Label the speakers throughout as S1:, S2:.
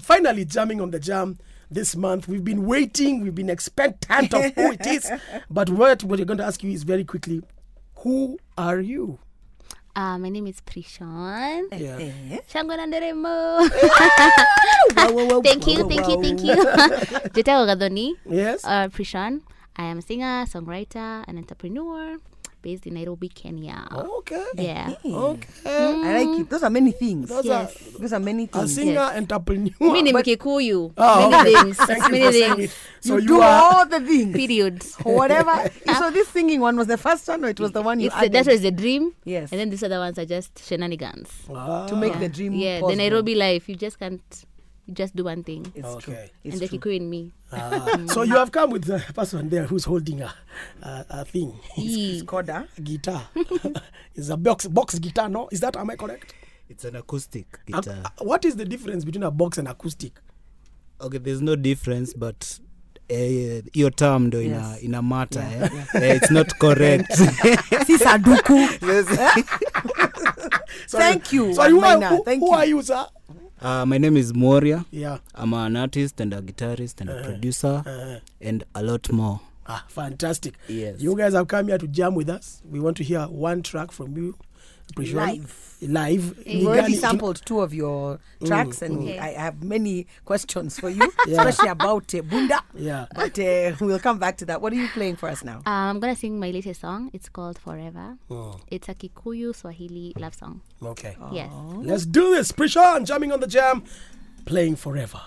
S1: finally jamming on the jam this month. We've been waiting, we've been expectant of who it is. But what we're going to ask you is very quickly who are you?
S2: Uh, my name is Prishan.
S1: Yeah.
S2: Shango Nanderemo.
S1: Eh? Wow, wow, wow,
S2: thank you,
S1: wow,
S2: thank you,
S1: Oh, wow.
S2: thank you. Jeta Ogadoni.
S1: Yes.
S2: Uh, Prishan. I am a singer, songwriter, and entrepreneur based in Nairobi, Kenya.
S1: okay.
S2: Yeah.
S1: Okay.
S3: I like it. Those are many things.
S1: Those
S2: Yes.
S3: Those are many
S1: are a
S3: things.
S1: singer
S2: Yes.
S1: entrepreneur.
S2: Mi ni Mkikuyu.
S1: Oh,
S2: Many
S1: okay.
S2: things.
S1: Thank you
S2: Many
S1: for saying
S2: things.
S1: it. So
S3: you,
S1: you,
S3: do
S1: are
S3: all the things.
S2: Period.
S3: Whatever. You- so this singing one was the first one, or it was the one you
S2: It's the,
S3: added
S2: that was the dream.
S3: Yes.
S2: And then these other ones are just shenanigans.
S3: to make the
S2: Yeah.
S3: dream
S2: Yeah,
S3: possible.
S2: the Nairobi life. You just can't. You just do one thing.
S3: It's
S1: Okay.
S3: true.
S2: and the
S3: It's true.
S2: Kikuyu in me.
S1: Ah, so you have come with a person there who's holding a, a, a thing,
S2: Yee.
S3: Koda.
S1: a guitar. it's a box box guitar, no? Is that am I correct?
S4: It's an acoustic
S1: Ac-
S4: guitar.
S1: what is the difference between a box and acoustic?
S4: okay, there's no difference, but eh, hiyo term ndo ina,
S3: Yes.
S4: ina matter eh? Eh, it's not correct
S3: Si saduku.
S1: Sorry.
S3: Thank you,
S1: So you are,
S3: Maina.
S1: who,
S3: Thank
S1: who
S3: you.
S1: are you, sir?
S4: uh, my name is moria
S1: Yeah.
S4: i'm an artist and a guitarist and a producer
S1: Uh,
S4: and a lot more
S1: ah, fantastic.
S4: Yes.
S1: You guys have come here to jam with us. We want to hear one track from you. Appreciate it. Live.
S3: We've already
S1: Ligani-
S3: sampled two of your tracks, and
S2: Okay.
S3: I have many questions for you,
S1: Mm, Yeah.
S3: especially about uh, Bunda.
S1: Yeah.
S3: But uh, we'll come back to that. What are you playing for us now?
S2: Uh, I'm gonna sing my latest song. It's called Forever.
S1: Mm,
S2: It's a Kikuyu Swahili love song.
S1: okay.
S3: Oh.
S2: Yes.
S1: Let's do this. Prishan jamming on the jam, playing forever.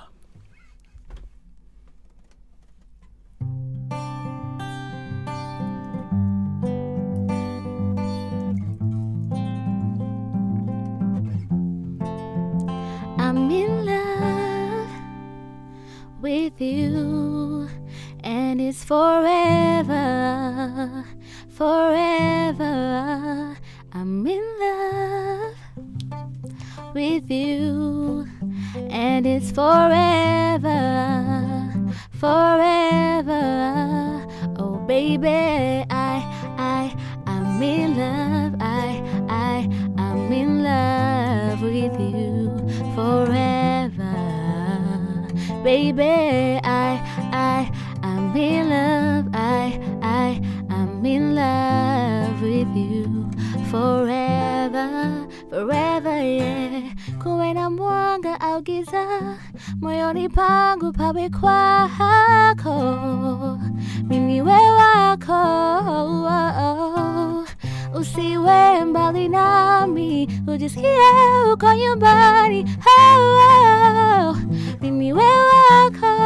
S2: I'm in love with you, and it's forever, forever. I'm in love with you, and it's forever, forever. Oh, baby, I, I, I'm in love. I, I, I'm in love with you forever, baby. I, I, I'm in love. I, I, I'm in love with you forever, forever, yeah. Kuwe na mwanga au giza, moyoni pangu pawe kwako, mimi we wako, oh, oh. usiwe mbali nami, ujisikie uko nyumbani, oh, oh. mimi we wako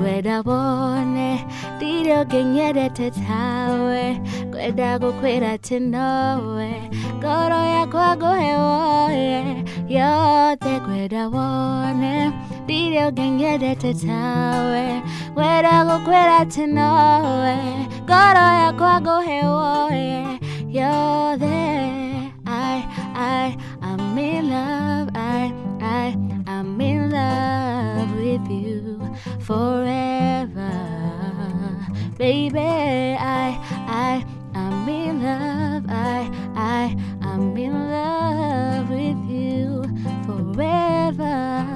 S2: kwenda bone ndiliokenyerete tawe kwenda kukwira tinowe ngoro yakwa nguhe woye yothe kwenda bone ndiliokenyerete tawe kwenda kukwira tinowe ngoro yakwa nguhe woye yothe I, I, I'm in love. I, I, I'm in love with you forever, baby. I, I, I'm in love. I, I, I'm in love with you forever.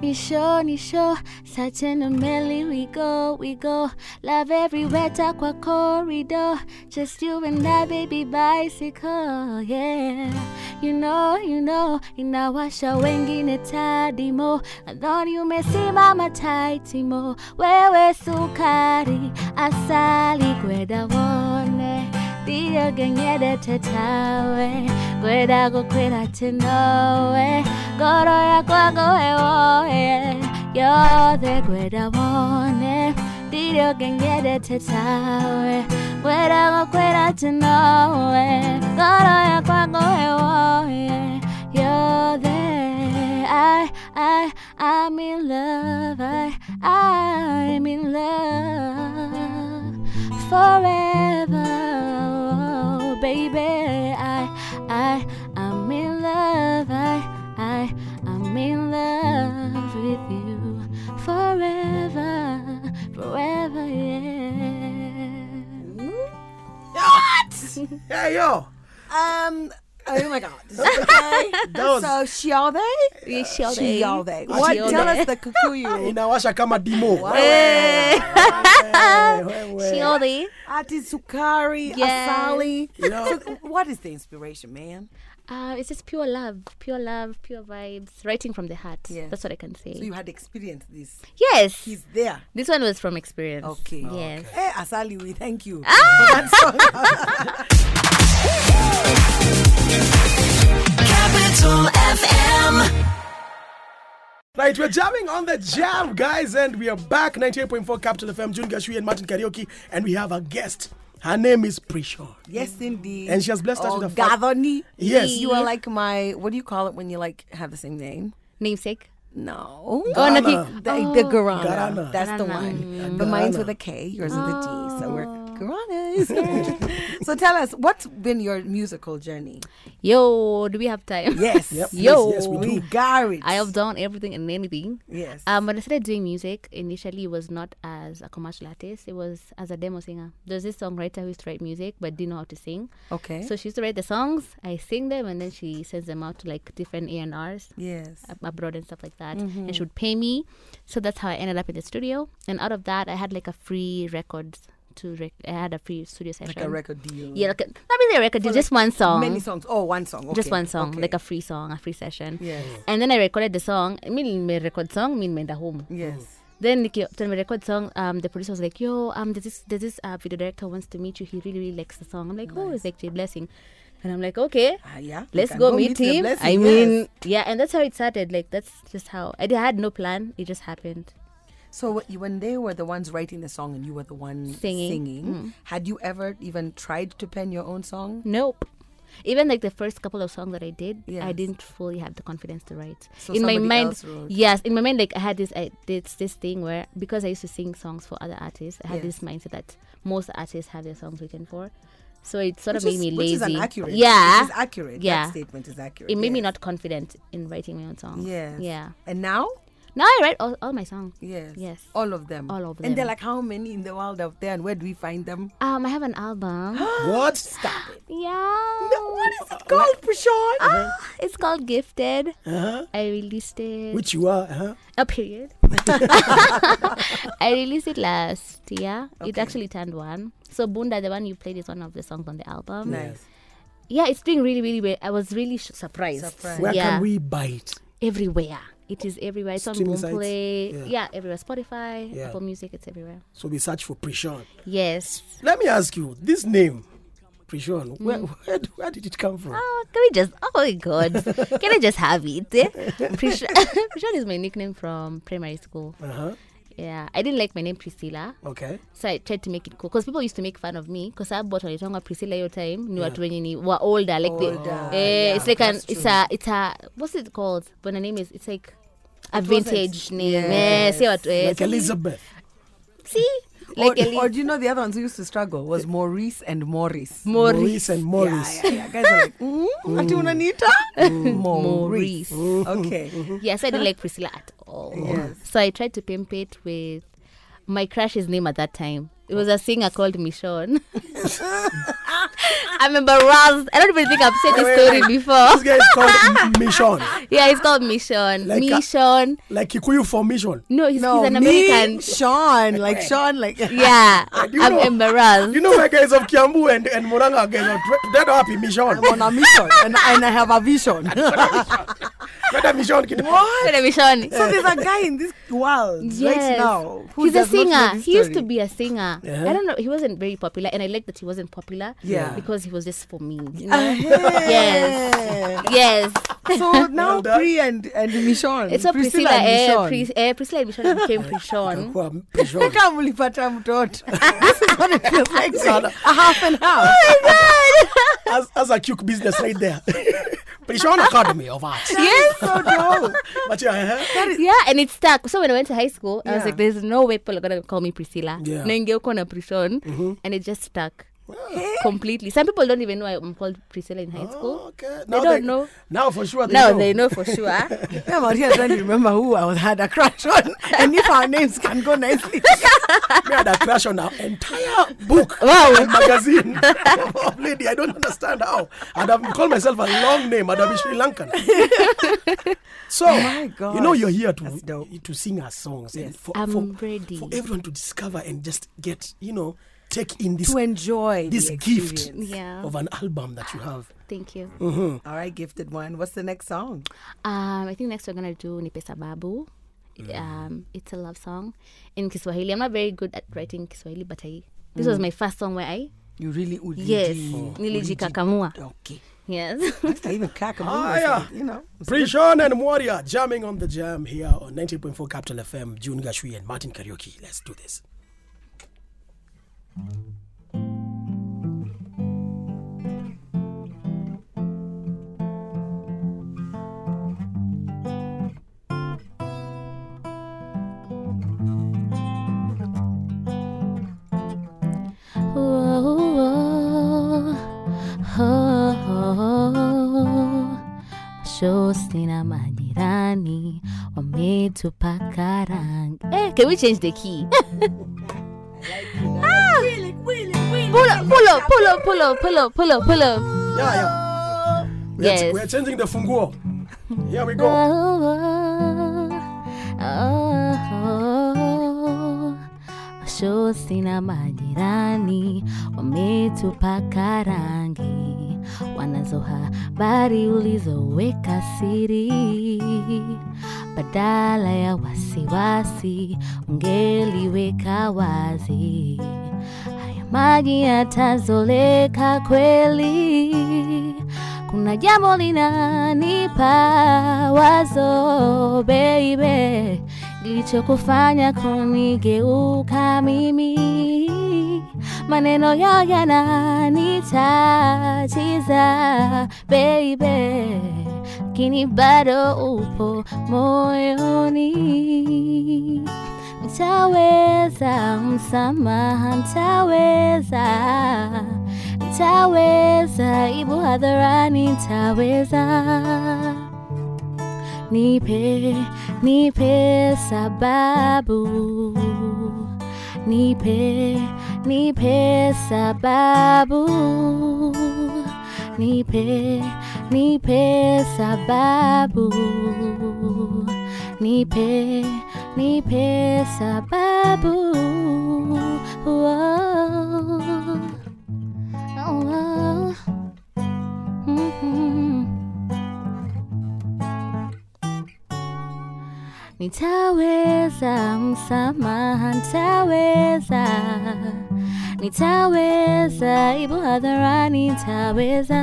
S2: Nisho, nisho, satin and Melly, we go, we go. Love everywhere, takwa corridor. Just you and I, baby, bicycle, yeah. You know, you know, inawasha wengine tadimo. Nadhani umesimama taitimo. Wewe sukari, asali kweda wone. Ndiyo genye dete tawe, kweda kukwira tinowe ngoro yakwa ngohe woye yothe ngwenda wone ndirĩ ũngĩnyendete tawe ngwenda gũkwĩra atĩ nowe ngoro yakwa ngohe woye yothe I, I, I'm in love, I, I'm in love forever, oh, baby. I, I, I'm in love, I, I, I'm in love with you forever, forever, yeah.
S3: Hey yo. Um, Oh my god. Okay.
S1: Those.
S3: so Shialde?
S2: Yeah, Sheldon.
S3: Shialde. What?
S1: Shialde.
S3: Tell us the Kikuyu.
S1: inawasha kama dimo
S2: Eh,
S1: Eh, wewe.
S2: Sheldon.
S3: Ati Sukari,
S2: Yes.
S3: Asali.
S1: You know-
S3: So what is the inspiration, man?
S2: Uh, it's just pure love, pure love, pure vibes, writing from the heart.
S3: Yeah.
S2: That's what I can say.
S3: So you had experienced this.
S2: yes.
S3: He's there.
S2: this one was from experience.
S3: Okay.
S2: Yes.
S3: Hey, Asali, we thank you.
S2: Ah!
S5: Capital FM.
S1: Right, we're jamming on the jam, guys, and we are back 98.4 Capital FM, June Gashui and Martin Karaoke, and we have a guest. Her name is Prishaw.
S3: Yes, indeed.
S1: And she has blessed us with a fa-
S3: Gathoni.
S1: Yes.
S3: You are like my, what do you call it when you like have the same name?
S2: Namesake.
S3: No.
S2: Oh, Naki.
S1: Garana.
S3: The, the Garana.
S1: Garana. Mm.
S3: That's the
S2: Garana. Oh.
S3: one. But mine's with a K, yours with a G. So we're Garanas. so tell us, what's been your musical journey?
S2: Yo, do we have time?
S3: Yes.
S1: Yep, yes,
S2: Yo.
S1: yes, we
S3: We
S1: do.
S3: got it.
S2: I have done everything and anything.
S3: Yes.
S2: Um, when I started doing music, initially it was not as a commercial artist. It was as a demo singer. There's this songwriter who used to write music but didn't know how to sing.
S3: okay.
S2: So she used to write the songs. I sing them and then she sends them out to like different A and R's
S3: yes.
S2: ab- abroad and stuff like that. And
S3: Mm-hmm.
S2: she would pay me. So that's how I ended up in the studio. And out of that, I had like a free record to rec- I had a free studio session.
S3: Like a record deal.
S2: Yeah, like a, not really a record, deal, just one song.
S3: Many songs. Oh, one song. Okay.
S2: Just one song,
S3: Okay.
S2: like a free song, a free session.
S3: Yes.
S2: And then I recorded the song. I mean, my record song, mean, made home.
S3: Yes.
S2: Then like, after my record song, um, the producer was like, "Yo, um, there's this there's this uh, video director wants to meet you. He really really likes the song." I'm like, "Oh, it's actually a blessing," and I'm like, "Okay,
S3: Ah, yeah. we
S2: let's
S3: can
S2: go meet
S3: the
S2: him."
S3: blessing,
S2: I
S3: yes.
S2: mean, yeah, and that's how it started. Like that's just how I, did- I had no plan. It just happened.
S3: So what you- when they were the ones writing the song and you were the one
S2: Singing. Mm.
S3: singing, had you ever even tried to pen your own song?
S2: Nope. Even like the first couple of songs that I did, I
S3: Yes.
S2: didn't fully have the confidence to write.
S3: So
S2: in my
S3: somebody
S2: mind,
S3: else wrote.
S2: yes, in my mind, like I had this, I did this thing where because I used to sing songs for other artists, I had this mindset that most artists have their songs written for. So it sort of made me
S3: which
S2: lazy.
S3: is inaccurate.
S2: Yeah,
S3: Which is accurate.
S2: Yeah.
S3: That statement is accurate.
S2: it made me
S3: yes.
S2: not confident in writing my own songs.
S3: Yes.
S2: yeah.
S3: And now?
S2: Now I write all, all my songs.
S3: Yes.
S2: Yes.
S3: All of them.
S2: All of
S3: And they're
S2: them.
S3: like, how many in the world out there and where do we find them?
S2: Um, I have an album.
S1: What?
S3: Stop it.
S2: yeah.
S3: No, what is it called, Prashant?
S2: Ah. It's called Gifted.
S1: Uh-huh.
S2: I released it.
S1: Which you are, uh-huh. huh?
S2: a period. I released it last year. It actually turned one. So Bunda, the one you played, is one of the songs on the album.
S3: Nice.
S2: Yeah, it's doing really, really well. I was really sh- surprised.
S3: Surprised.
S1: Where
S2: yeah,
S1: can we buy it?
S2: everywhere. It is everywhere. It's on
S1: Streaming sites.
S2: Boomplay.
S1: Yeah.
S2: Yeah. everywhere. Spotify,
S1: Yeah.
S2: Apple Music. It's everywhere.
S1: So we search for Prishon.
S2: Yes.
S1: Let me ask you, this name, Prishon, where, where, where did it come from?
S2: Oh, can we just? Oh my God! can I just have it? Eh? Prisha, Prisha is my nickname from primary school.
S1: Uh-huh.
S2: Yeah, I didn't like my name Priscilla.
S1: Okay.
S2: so i tried to make it cool because people used to make fun of me because sababu wanaitanga priscilla hiyo time ni watu wenye ni were older like they-
S3: Older,
S2: eh,
S3: yeah,
S2: it's like an,
S3: that's
S2: it's a it's a what's it called when a name is it's like a
S3: wasn't-
S2: vintage name
S3: Yes.
S2: eh, si watu eh,
S1: Like Elizabeth.
S2: see
S3: Or,
S2: like Eli-
S3: or do you know the other ones who used to struggle was Maurice and Morris.
S2: Maurice. Mm.
S1: Maurice and Morris.
S3: Yeah, yeah, yeah. Guys are like, mm, Auntie Unanita?
S2: Maurice. Mm-hmm.
S3: Okay.
S2: yes i didn't like priscilla at all
S3: Yes.
S2: so i tried to pimp it with my crush's name at that time it was a singer called Michonne. I remember Raz. I don't even think I've said
S1: Wait,
S2: this
S1: wait,
S2: story
S1: wait. This
S2: before.
S1: guy is called Mission.
S2: Yeah, it's called Michonne.
S1: Like a-
S2: Michonne.
S1: Like Kikuyu for Mission.
S2: No, he's,
S3: No,
S2: he's an
S3: me, Ah,
S2: American.
S3: Sean, like Sean, like
S2: Yeah,
S1: you
S2: I'm
S1: know-
S2: embarrassed.
S1: You know my guys of Kiambu and, and Muranga guys are dre- dead happy Mission.
S3: I'm on a mission and, and I have a vision.
S1: Better Mission kidogo.
S2: Should I be shown?
S3: So there's a guy in this world right
S2: Yes.
S3: now. Who
S2: he's a
S3: does not know
S2: singer.
S3: this
S2: He used to
S3: story.
S2: be a singer.
S1: Yeah.
S2: I don't know. He wasn't very popular, and I like that he wasn't popular.
S3: Yeah.
S2: because he was just for me. You know? Yes,
S3: Yeah.
S2: yes.
S3: So now
S1: done.
S3: Pri and and Michonne.
S2: It's so Priscilla, eh,
S3: and
S2: Pris, eh, Priscilla and Michonne became Prishon.
S1: Kwa Mission.
S3: Kama mlipata mtoto. This is what it feels like. to be A half and half.
S2: Oh
S1: As, as a cute business right there. Prishon Academy of Arts.
S2: yes.
S3: So dope.
S1: But yeah, eh?
S2: Yeah, and it stuck. So when I went to high school, I was
S3: Yeah.
S2: like, "There's no way people are gonna call me Priscilla."
S1: Yeah.
S3: Mm-hmm.
S2: Naingia huko na Prishon, and it just stuck. completely. Some people don't even know I'm called Priscilla in high
S3: Oh.
S2: school.
S1: Oh, Okay.
S2: They don't know.
S1: Now for sure. They
S2: Now
S1: know.
S2: they know for sure.
S3: I'm out here trying to remember who I was had a crush on, and if our names can go nicely.
S1: Me had a crush on an entire book
S2: Wow.
S1: and magazine of lady. I don't understand how. And I've called myself a long name. And I'll be Sri Lankan. so
S2: Oh
S1: you know
S3: gosh.
S1: you're here to
S3: That's dope.
S1: to sing our songs and for,
S2: I'm
S1: for,
S2: ready.
S1: for everyone to discover and just get you know take in this
S3: to enjoy
S1: this
S3: the
S1: gift
S3: experience.
S2: yeah.
S1: of an album that you have.
S2: Thank you.
S1: Mm.
S3: All right, gifted one. What's the next song?
S2: Um, I think next we're gonna do Nipe Sababu.
S1: Mm.
S2: Um, it's a love song in Kiswahili. I'm not very good at writing Kiswahili, but I this was
S1: Mm.
S2: my first song where I
S3: You really would.
S2: yes Oh.
S1: Oh,
S2: nilijikakamua
S3: Okay.
S2: yes
S3: I even cack
S1: Ah, yeah.
S3: You know.
S1: Prishon and Warrior jamming on the jam here on 90.4 Capital FM. June Gashui and Martin Karaoke. Let's do this.
S2: shosti na majirani wametupaka rangi eh, can we change the key Ah! Pull up, pull up, pull up, pull up, pull up, pull up, pull up.
S1: Yeah, yeah. We're,
S2: Yes.
S1: we're changing the funguo. Here we go.
S2: Mashozi na majirani wametupaka rangi, wanazo habari ulizoweka siri. Badala ya wasiwasi, ungeliweka wazi. Haya maji yatazoleka kweli kuna jambo linanipa wazo beibe lilichokufanya kunigeuka mimi maneno yao yananitatiza beibe lakini bado upo moyoni Nitaweza msamaha, nitaweza, nitaweza, ibu hadharani, nitaweza. Nipe, nipe sababu, nipe, nipe sababu, nipe, nipe sababu, nipe, nipe sababu. Oh, oh. Mhm. Nitaweza msamaha, nitaweza, nitaweza, ibu hadharani, nitaweza,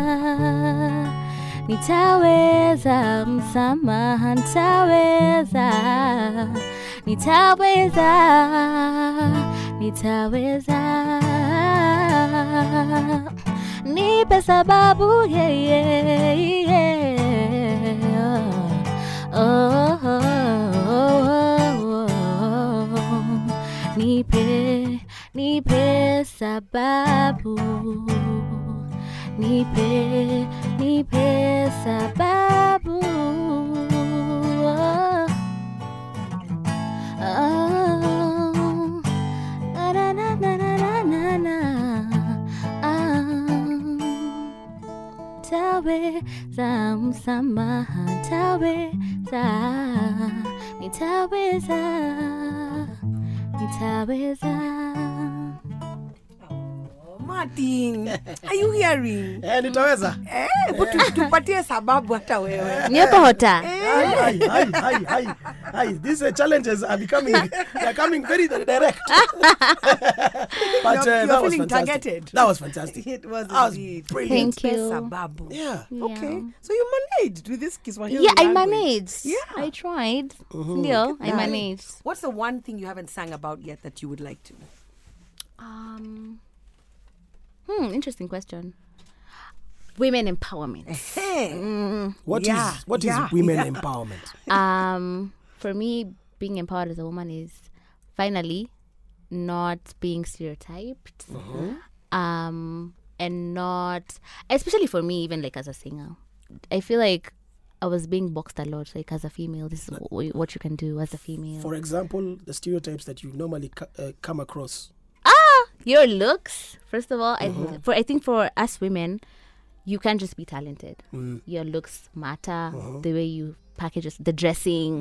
S2: nitaweza msamaha, nitaweza, nitaweza, nitaweza. Nipe sababu, yeah, yeah, yeah. Oh, oh, oh, oh. Nipe, nipe sababu. Nipe, nipe sababu. Oh. Oh. Na, na, na, na, na, na, na. Ah nitaweza msamaha, nitaweza, nitaweza, nitaweza.
S3: Oh, Martin, are you hearing?
S1: Eh, nitaweza.
S3: Eh, hebu tu- tupatie sababu hata wewe. Eh,
S2: Nipo hota.
S1: Ai, ai, ai, ai, ai. These uh, challenges are becoming they're coming very direct. but
S3: You're-
S1: uh,
S3: you're
S1: that was fantastic.
S3: feeling targeted.
S1: That was fantastic.
S3: It was
S1: That was
S3: indeed.
S1: brilliant.
S2: Thank you.
S3: Sababu.
S1: Yeah.
S3: Okay. So you managed with this Kiswahili.
S2: Yeah, I
S3: language.
S2: managed.
S3: Yeah.
S2: I tried. Ndio, I managed.
S3: What's the one thing you haven't sang about yet that you would like to?
S2: Um, hmm, interesting question. Women empowerment.
S3: Hey.
S2: Mm.
S1: What is
S3: Yeah,
S1: what is
S3: yeah,
S1: women
S3: yeah.
S1: empowerment?
S2: um, for me, being empowered as a woman is finally not being stereotyped. Um, and not especially for me even like as a singer i feel like i was being boxed a lot like as a female this is wh- what you can do as a female
S1: For example, the stereotypes that you normally co- uh, come across.
S2: your looks first of all I, th- for, I think for us women you can't just be talented your looks matter the way you package yours- the dressing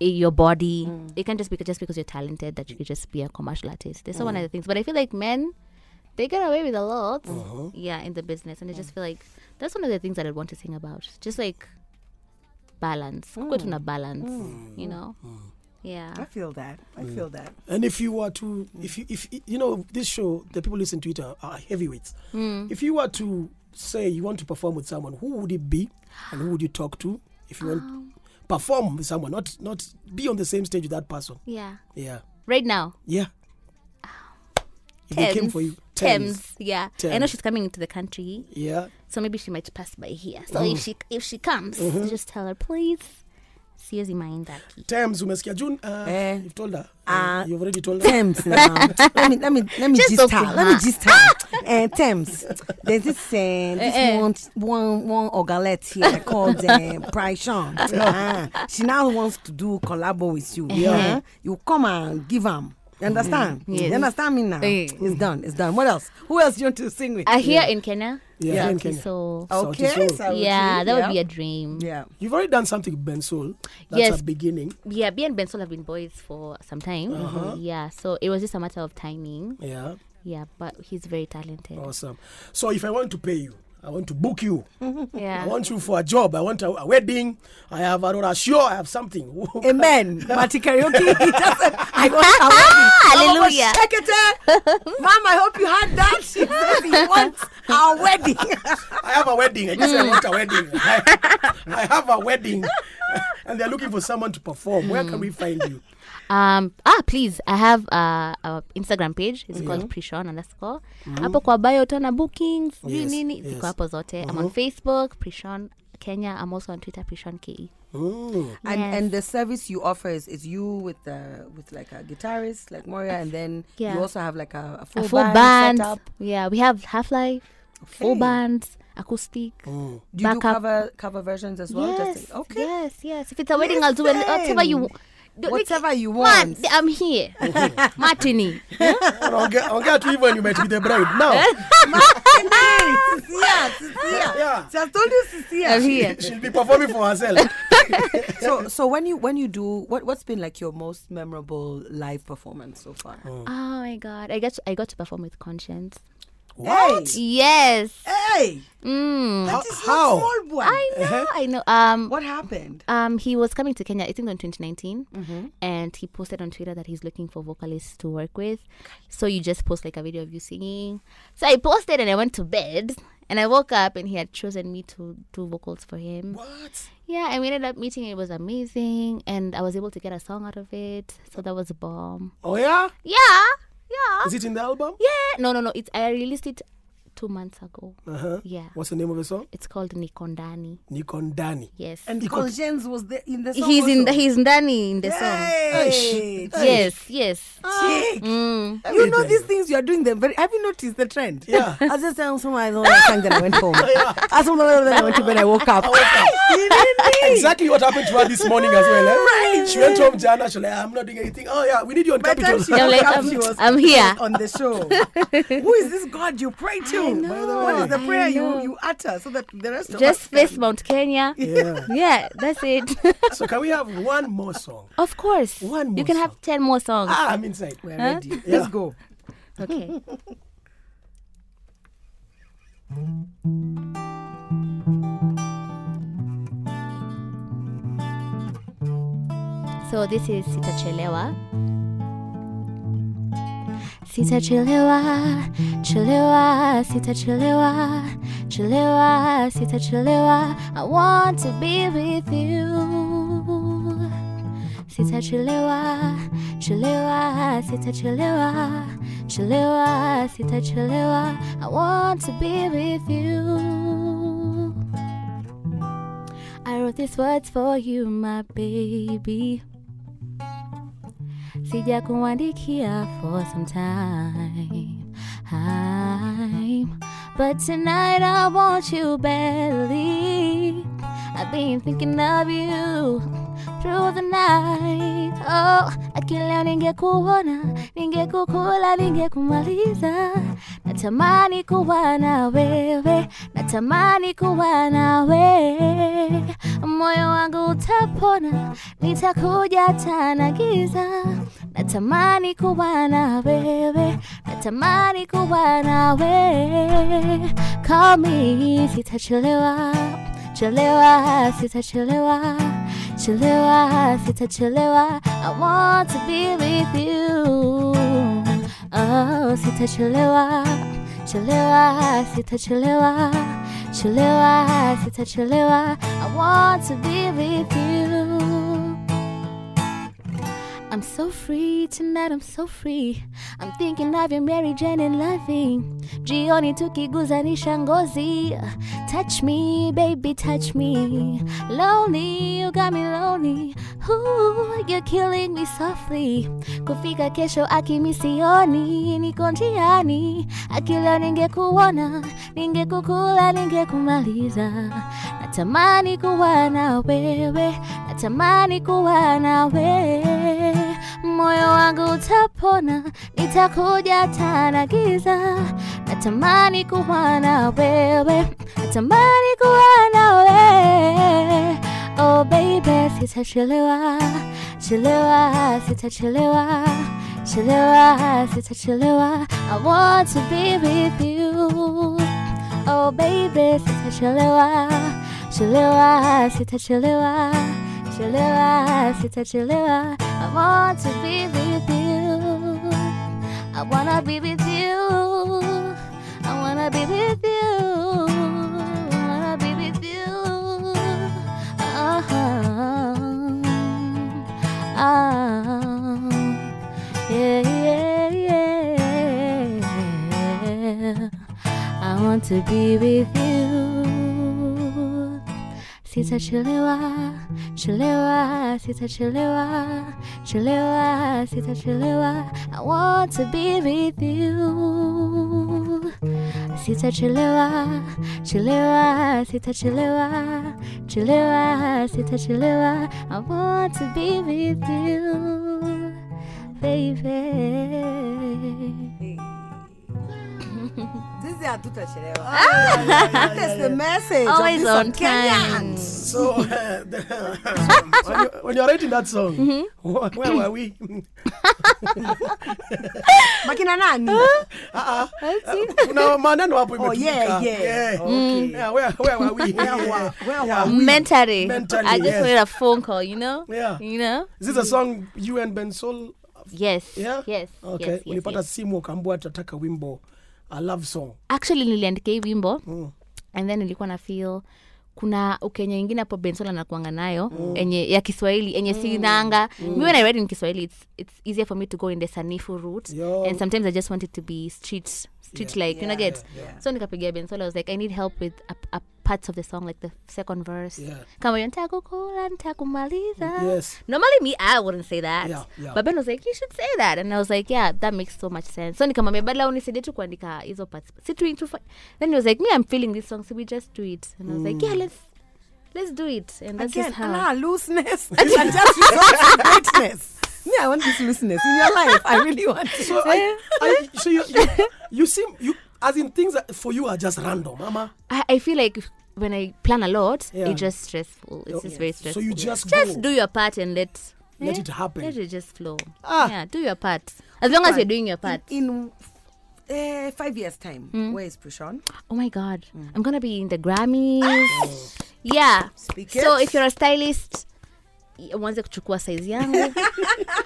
S2: eh, your body it can't just be just because you're talented that you could just be a commercial artist there's so one other things but i feel like men they get away with a lot yeah in the business and i just feel like that's one of the things that i want to sing about just like balance go to balance you know yeah
S3: I feel that. I feel that.
S1: And if you were to, if you, if you know, this show, the people listen to it are, are heavyweights.
S3: Hmm.
S1: If you were to say you want to perform with someone, who would it be, and who would you talk to if you
S3: Um.
S1: want perform with someone, not not be on the same stage with that person?
S2: yeah
S1: Yeah,
S2: right now
S1: yeah. If they came for you, Thames.
S2: Thames, yeah. I know
S1: Thames.
S2: she's coming into the country,
S1: Yeah,
S2: so maybe she might pass by here. So if she if she comes,
S1: Mm-hmm.
S2: just tell her please. Siwezi mind
S1: Thames. Umesikia June? Uh,
S3: Eh.
S1: You've told her.
S3: Ah.
S1: you've already told her.
S3: Thames now. let me let me let me
S2: Just
S3: just,
S2: open
S3: tell. Let me
S2: her.
S3: just tell. uh, Thames. There's this uh, this
S2: Eh, eh.
S3: one one one ogalet here called uh, Pryshan. Ah, she now wants to do collabo with you.
S2: Uh-huh.
S3: Ah, You come and give them. You understand?
S2: Mm-hmm. Yes.
S3: You understand me now?
S2: Eh.
S3: It's done. It's done. What else? Who else you want to sing with?
S2: I hear Uh, in Kenya.
S1: Yeah,
S2: Sauti
S1: in Kenya.
S2: Sol.
S1: Sauti
S3: okay.
S1: Sol.
S3: Sauti,
S2: yeah, that would be
S3: yeah.
S2: a dream. Yeah,
S3: yeah.
S1: You've already done something with Ben Soul. That's
S2: Yes.
S1: a beginning.
S2: me and Benson have been boys for some time.
S1: Uh-huh.
S2: Yeah, so it was just a matter of timing.
S1: Yeah,
S2: Yeah, but he's very talented.
S1: awesome. So if I want to pay you, I want to book you. I
S2: Yeah.
S1: want you for a job. I want a, a wedding. I have an order. Sure, I have something.
S3: Amen. Mati karaoke. He just said, I want a wedding.
S2: Hallelujah.
S3: Check it Mom, I hope you had that. She said he wants a wedding.
S1: I have a wedding. I just said I want a wedding. I, I have a wedding, and they're looking for someone to perform. Where can we find you?
S2: Um ah please I have uh, a Instagram page it's called Prishon underscore.
S3: Uh-huh.
S2: Hapo kwa bio utaona bookings, sijui
S1: Yes,
S2: nini,
S1: yes.
S2: ziko hapo zote. I'm
S3: Uh-huh.
S2: on Facebook Prishon Kenya. I'm also on Twitter Prishon E. KE.
S1: Mm.
S3: And,
S2: Yes.
S3: and the service you offer is, is you with the with like a guitarist like Moria, and then
S2: Yeah.
S3: you also have like a, a full,
S2: A full
S3: band,
S2: band.
S3: setup.
S2: Yeah, we have Half Life, full
S3: Okay.
S2: bands, acoustic.
S3: Do you do
S2: Backup.
S3: cover cover versions as well?
S2: yes,
S3: Just okay.
S2: yes, yes. If it's a wedding, I'll do an, whatever you want.
S3: Whatever you want. Oh.
S2: I'm here. Martini.
S1: And I'll get, I'll get to even you might be the bride now.
S3: Cecilia, Cecilia.
S1: Yeah.
S3: She has told you Cecilia.
S2: I'm here.
S1: She'll be performing for herself.
S3: so so when you when you do what what's been like your most memorable live performance so far?
S2: Oh my god. I got to, I got to perform with Conscience.
S3: What?
S2: Yes.
S3: Hey,
S2: Mm.
S1: How?
S3: this is not
S1: how?
S3: small boy.
S2: I know. I know. Um
S3: What happened?
S2: Um, he was coming to Kenya, I think, in 2019, and he posted on Twitter that he's looking for vocalists to work with. So you just post like a video of you singing. So I posted, and I went to bed, and I woke up, and he had chosen me to do vocals for him.
S1: What?
S2: Yeah, and we ended up meeting. It was amazing, and I was able to get a song out of it. So that was a bomb.
S1: Oh yeah?
S2: Yeah, yeah,
S1: Is it in the album?
S2: yeah. No, no, no. It's I released it two months ago.
S1: Uh huh.
S2: Yeah,
S1: What's the name of the song?
S2: it's called Nikondani.
S1: Nikon Dani.
S2: Yes,
S3: And Conscience was there in the song.
S2: he's in the,
S3: also.
S2: he's Ndani in the song.
S3: Hey,
S2: Yes, yes.
S3: chick.
S2: Mm.
S3: You know these things you are doing them very have you noticed the trend?
S1: Yeah.
S3: I just sang some I don't sang then I went home. I sang then I went to bed, I woke up. You didn't need.
S1: Exactly what happened to her this morning as well. Eh? She went home, Jana. She's like, I'm not doing anything. Oh yeah, we need you on
S3: By the time
S1: Capitol.
S3: she
S2: I'm
S3: woke
S2: like,
S3: up,
S2: I'm-
S3: she was
S2: I'm here.
S3: on the show. Who is this God you pray to? What is the
S2: I
S3: prayer you,
S2: know.
S3: you utter so that the rest of
S2: Just
S3: us
S2: face Mount Kenya.
S1: Yeah.
S2: Yeah, that's it.
S1: So can we have one more song?
S2: of course.
S1: One more
S2: you can
S1: song.
S2: have 10 more songs.
S1: Ah, I'm inside.
S3: We're
S2: Huh?
S3: ready.
S1: Yeah.
S3: Let's go.
S2: Okay. so this is Sitachelewa. Sitachelewa, chelewa, sitachelewa, chelewa, sitachelewa. I want to be with you. Sitachelewa, chelewa, sitachelewa, chelewa, sitachelewa. I want to be with you. I wrote these words for you, my baby. sijakuandikia for some time But tonight I want you badly. I've been thinking of you through the night. Oh, akila ningekuona, ningekukula, ningekumaliza. Natamani kuwa na wewe, natamani kuwa na wewe. Moyo wangu utapona, nitakuja tena giza. Natamani kuwa na wewe, natamani kuwa na wewe. Call me, sitachelewa chelewa sitachelewa chelewa sitachelewa i want to be with you oh sitachelewa chelewa sitachelewa chelewa sitachelewa i want to be with you I'm so free tonight, I'm so free. I'm thinking of you, Mary Jane, and loving. Jioni tukiguzanisha ngozi. Touch me, baby, touch me. Lonely, you got me lonely. Ooh, you're killing me softly. Kufika kesho akimisioni, niko njiani. Akila ningekuona, ningekukula, ningekumaliza. Natamani kuwa na wewe, natamani kuwa na wewe. Moyo wangu utapona, nitakuja tena giza. Natamani kuwa na wewe, natamani kuwa na wewe. Oh baby, sitachelewa, chelewa, sitachelewa, chelewa, sitachelewa. I want to be with you. Oh baby, sitachelewa, chelewa, sitachelewa, chelewa, sitachelewa. I want to be with you. I wanna be with you. I wanna be with you. I wanna be with you. Uh-huh. Ah, ah, yeah, yeah, yeah. I want to be with you. Sitachelewa, chelewa, sitachelewa, chelewa, sitachelewa. I want to be with you. Sitachelewa, chelewa, sitachelewa, chelewa, sitachelewa. I want to be with you, baby.
S3: This is Atutashelewa. That is the message. of
S2: Always
S3: this
S2: on
S3: Kenyans.
S2: time.
S1: So, uh, the, uh, when, you, when you're writing that song, wh- where were we?
S3: Makina nani?
S1: Ah, Uh, Kuna maneno hapo
S3: Oh, yeah,
S1: imetumika.
S3: yeah.
S1: Okay. Yeah, where, where were we?
S3: Where were- where were we?
S2: mentally,
S1: Mentally,
S2: I just
S1: yes.
S2: made a phone call, you know?
S1: Yeah.
S2: You know?
S1: Is this a song you and Ben Sol?
S2: Yes.
S1: Yeah?
S2: Yes.
S1: Okay.
S2: Yes, yes,
S1: Ulipata
S2: yes.
S1: simu ukaambua tataka wimbo a love song.
S2: actually niliandika hii wimbo
S1: Mm.
S2: and then nilikuwa na feel kuna ukenya ingine hapo bensola anakuanga nayo
S1: Mm.
S2: enye ya kiswahili enye sinanga mi when i read in kiswahili it's, it's easier for me to go in the sanifu route
S1: Yo.
S2: and sometimes i just wanted to be street street like you know get so nikapigia bensola i was like i need help with a, a parts of the song like the second verse
S1: Yeah.
S2: kama hiyo ntakukula ntakumaliza
S1: Yes.
S2: normally me i wouldn't say that
S1: Yeah, yeah.
S2: but ben was like you should say that and i was like yeah that makes so much sense so nikamwambia badala unisaidie tu kuandika hizo parts si tu tu then he was like me i'm feeling this song so we just do it and i was like yeah
S1: Mm.
S2: let's let's do it and that's
S3: Again,
S2: just how
S3: ah, looseness. and just results in greatness. Me, I want this looseness in your life. I really want it.
S1: So, I, I, so you, you, you seem, you, as in things that for you are just random, mama.
S2: I, I feel like when i plan a lot
S1: Yeah. Oh,
S2: it's just stressful it's just very
S1: So
S2: stressful
S1: you just
S2: just
S1: go.
S2: do your part and let
S1: Let
S2: eh,
S1: it happen.
S2: let it just flow
S1: Ah.
S2: yeah do your part as long as you're doing your part
S3: in uh, five years' time,
S2: Hmm?
S3: where is Prishon?
S2: Oh my god,
S3: Mm.
S2: I'm gonna be in the Grammys. Yeah.
S3: Oh. Speak
S2: so
S3: it.
S2: if you're a stylist, y- uanze kuchukua size yangu.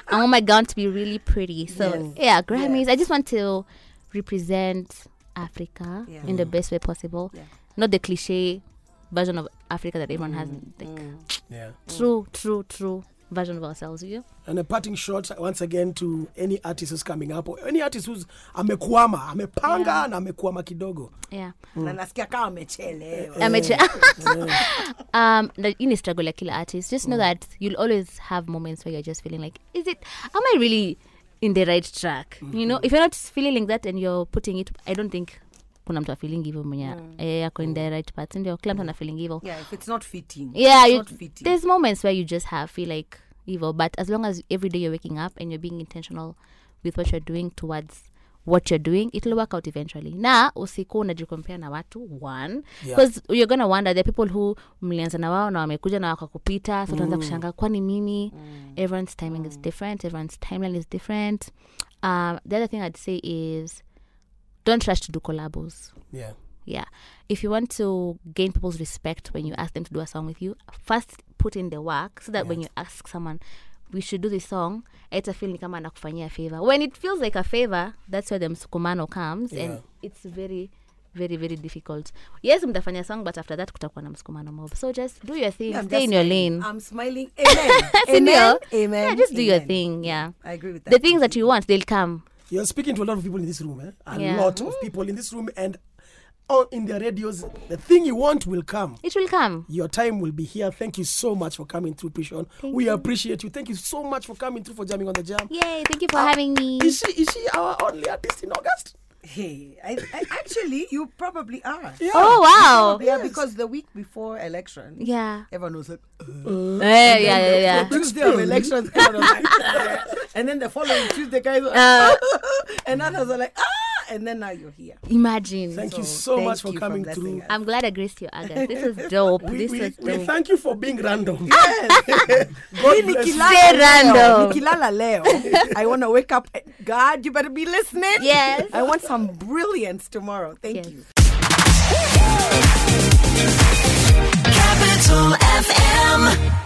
S2: I want my gown to be really pretty. So yeah, Grammys. I just want to represent Africa
S3: Yeah. Mm.
S2: in the best way possible.
S3: Yeah.
S2: Not the cliche version of Africa that everyone has.
S3: Mm.
S2: Like
S1: Yeah.
S2: true, true, true version of ourselves. You know?
S1: And a parting shot once again to any artist who's coming up or any artist who's amekwama, amepanga
S2: Yeah.
S1: na amekwama kidogo.
S3: Mm.
S2: Yeah.
S3: Na nasikia kama amechelewa.
S2: ameche um na- hii ni struggle ya kila artist just know that you'll always have moments where you're just feeling like is it am i really in the right track you know if you're not feeling like that and you're putting it i don't think kuna mtu afilingi hivyo mwenye eh, ako in the right path si ndio kila mtu anafilingi hivyo
S3: Yeah, if it's not fitting.
S2: yeah
S3: it's
S2: you,
S3: not fitting.
S2: there's moments where you just have feel like evil but as long as every day you're waking up and you're being intentional with what you're doing towards what you're doing it'll work out eventually na usiku unajicompare na watu one
S1: Yeah.
S2: because you're gonna wonder there are people who mlianza na wao na wamekuja na wakakupita so
S3: Mm.
S2: utaanza kushanga kwani mimi everyone's timing is different everyone's timeline is different um, the other thing i'd say is don't rush to do collabos
S1: Yeah.
S2: yeah if you want to gain people's respect when you ask them to do a song with you first put in the work so that when you ask someone we should do this song itafeel ni kama anakufanyia favor when it feels like a favor that's where the msukumano comes
S1: Yeah.
S2: and it's very very very difficult yes mtafanya song but after that kutakuwa na msukumano mob so just do your thing
S3: Yeah, I'm
S2: stay
S3: just
S2: in your
S3: smiling.
S2: lane
S3: I'm smiling. Amen.
S2: Si ndio?
S3: amen. Amen.
S2: yeah, just do your
S3: amen.
S2: thing yeah
S3: I agree with that.
S2: the things that you want they'll come
S1: You're speaking to a lot of people in this room, eh? A
S2: Yeah.
S1: lot of people in this room and on in their radios. The thing you want will come.
S2: it will come
S1: Your time will be here. Thank you so much for coming through, Prishon. We appreciate you. Thank you so much for coming through for jamming on the jam.
S2: yay thank you for having me
S1: Is she is she our only artist in August?
S3: Hey, I, I, actually, you probably are.
S1: Yeah.
S2: oh wow
S3: Probably are because the week before election,
S2: yeah
S3: everyone was like, "Ugh."
S2: Eh, yeah yeah yeah
S3: The Tuesday of elections, everyone was like, "Ugh." and then the following Tuesday, guys, were,
S2: Uh.
S3: and others are like, ah, and then now you're here.
S2: Imagine.
S1: Thank you
S3: So,
S1: so
S3: thank
S1: much for
S3: you for
S1: coming
S3: blessing
S1: through.
S3: us.
S2: I'm glad I graced your August. This is dope.
S1: We,
S2: this
S1: we,
S2: was
S1: we
S2: dope.
S1: thank you for being random.
S3: God
S1: bless you.
S2: Say random.
S3: Nikilala leo. I want to wake up. God, you better be listening.
S2: Yes.
S3: I want some brilliance tomorrow. Thank
S2: Yes.
S3: you.
S5: Capital FM.